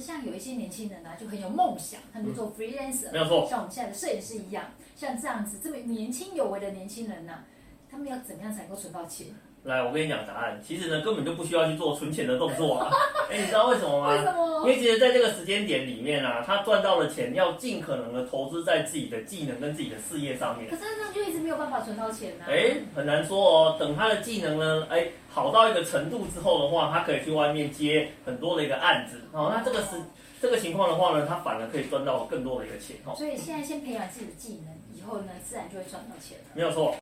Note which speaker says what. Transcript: Speaker 1: 像有一些年轻人呢、啊，就很有梦想，他们就做 freelancer，、
Speaker 2: 嗯没有错。
Speaker 1: 像我们现在的摄影师一样，像这样子这么年轻有为的年轻人呢、他们要怎么样才能够存到钱？
Speaker 2: 来，我跟你讲答案，其实呢根本就不需要去做存钱的动作啊。 哎、你知道为什么吗？
Speaker 1: 为什么？
Speaker 2: 因为其实在这个时间点里面啊，他赚到了钱，要尽可能的投资在自己的技能跟自己的事业上面。
Speaker 1: 可是他这样就一直没有办法存到钱呢、啊。
Speaker 2: 哎，很难说哦。等他的技能呢，哎，好到一个程度之后的话，他可以去外面接很多的一个案子。哦，那这个时这个情况的话呢，他反而可以赚到更多的一个钱。哦，
Speaker 1: 所以现在先培养自己的技能，以后呢，自然就会赚到钱了。
Speaker 2: 没有错。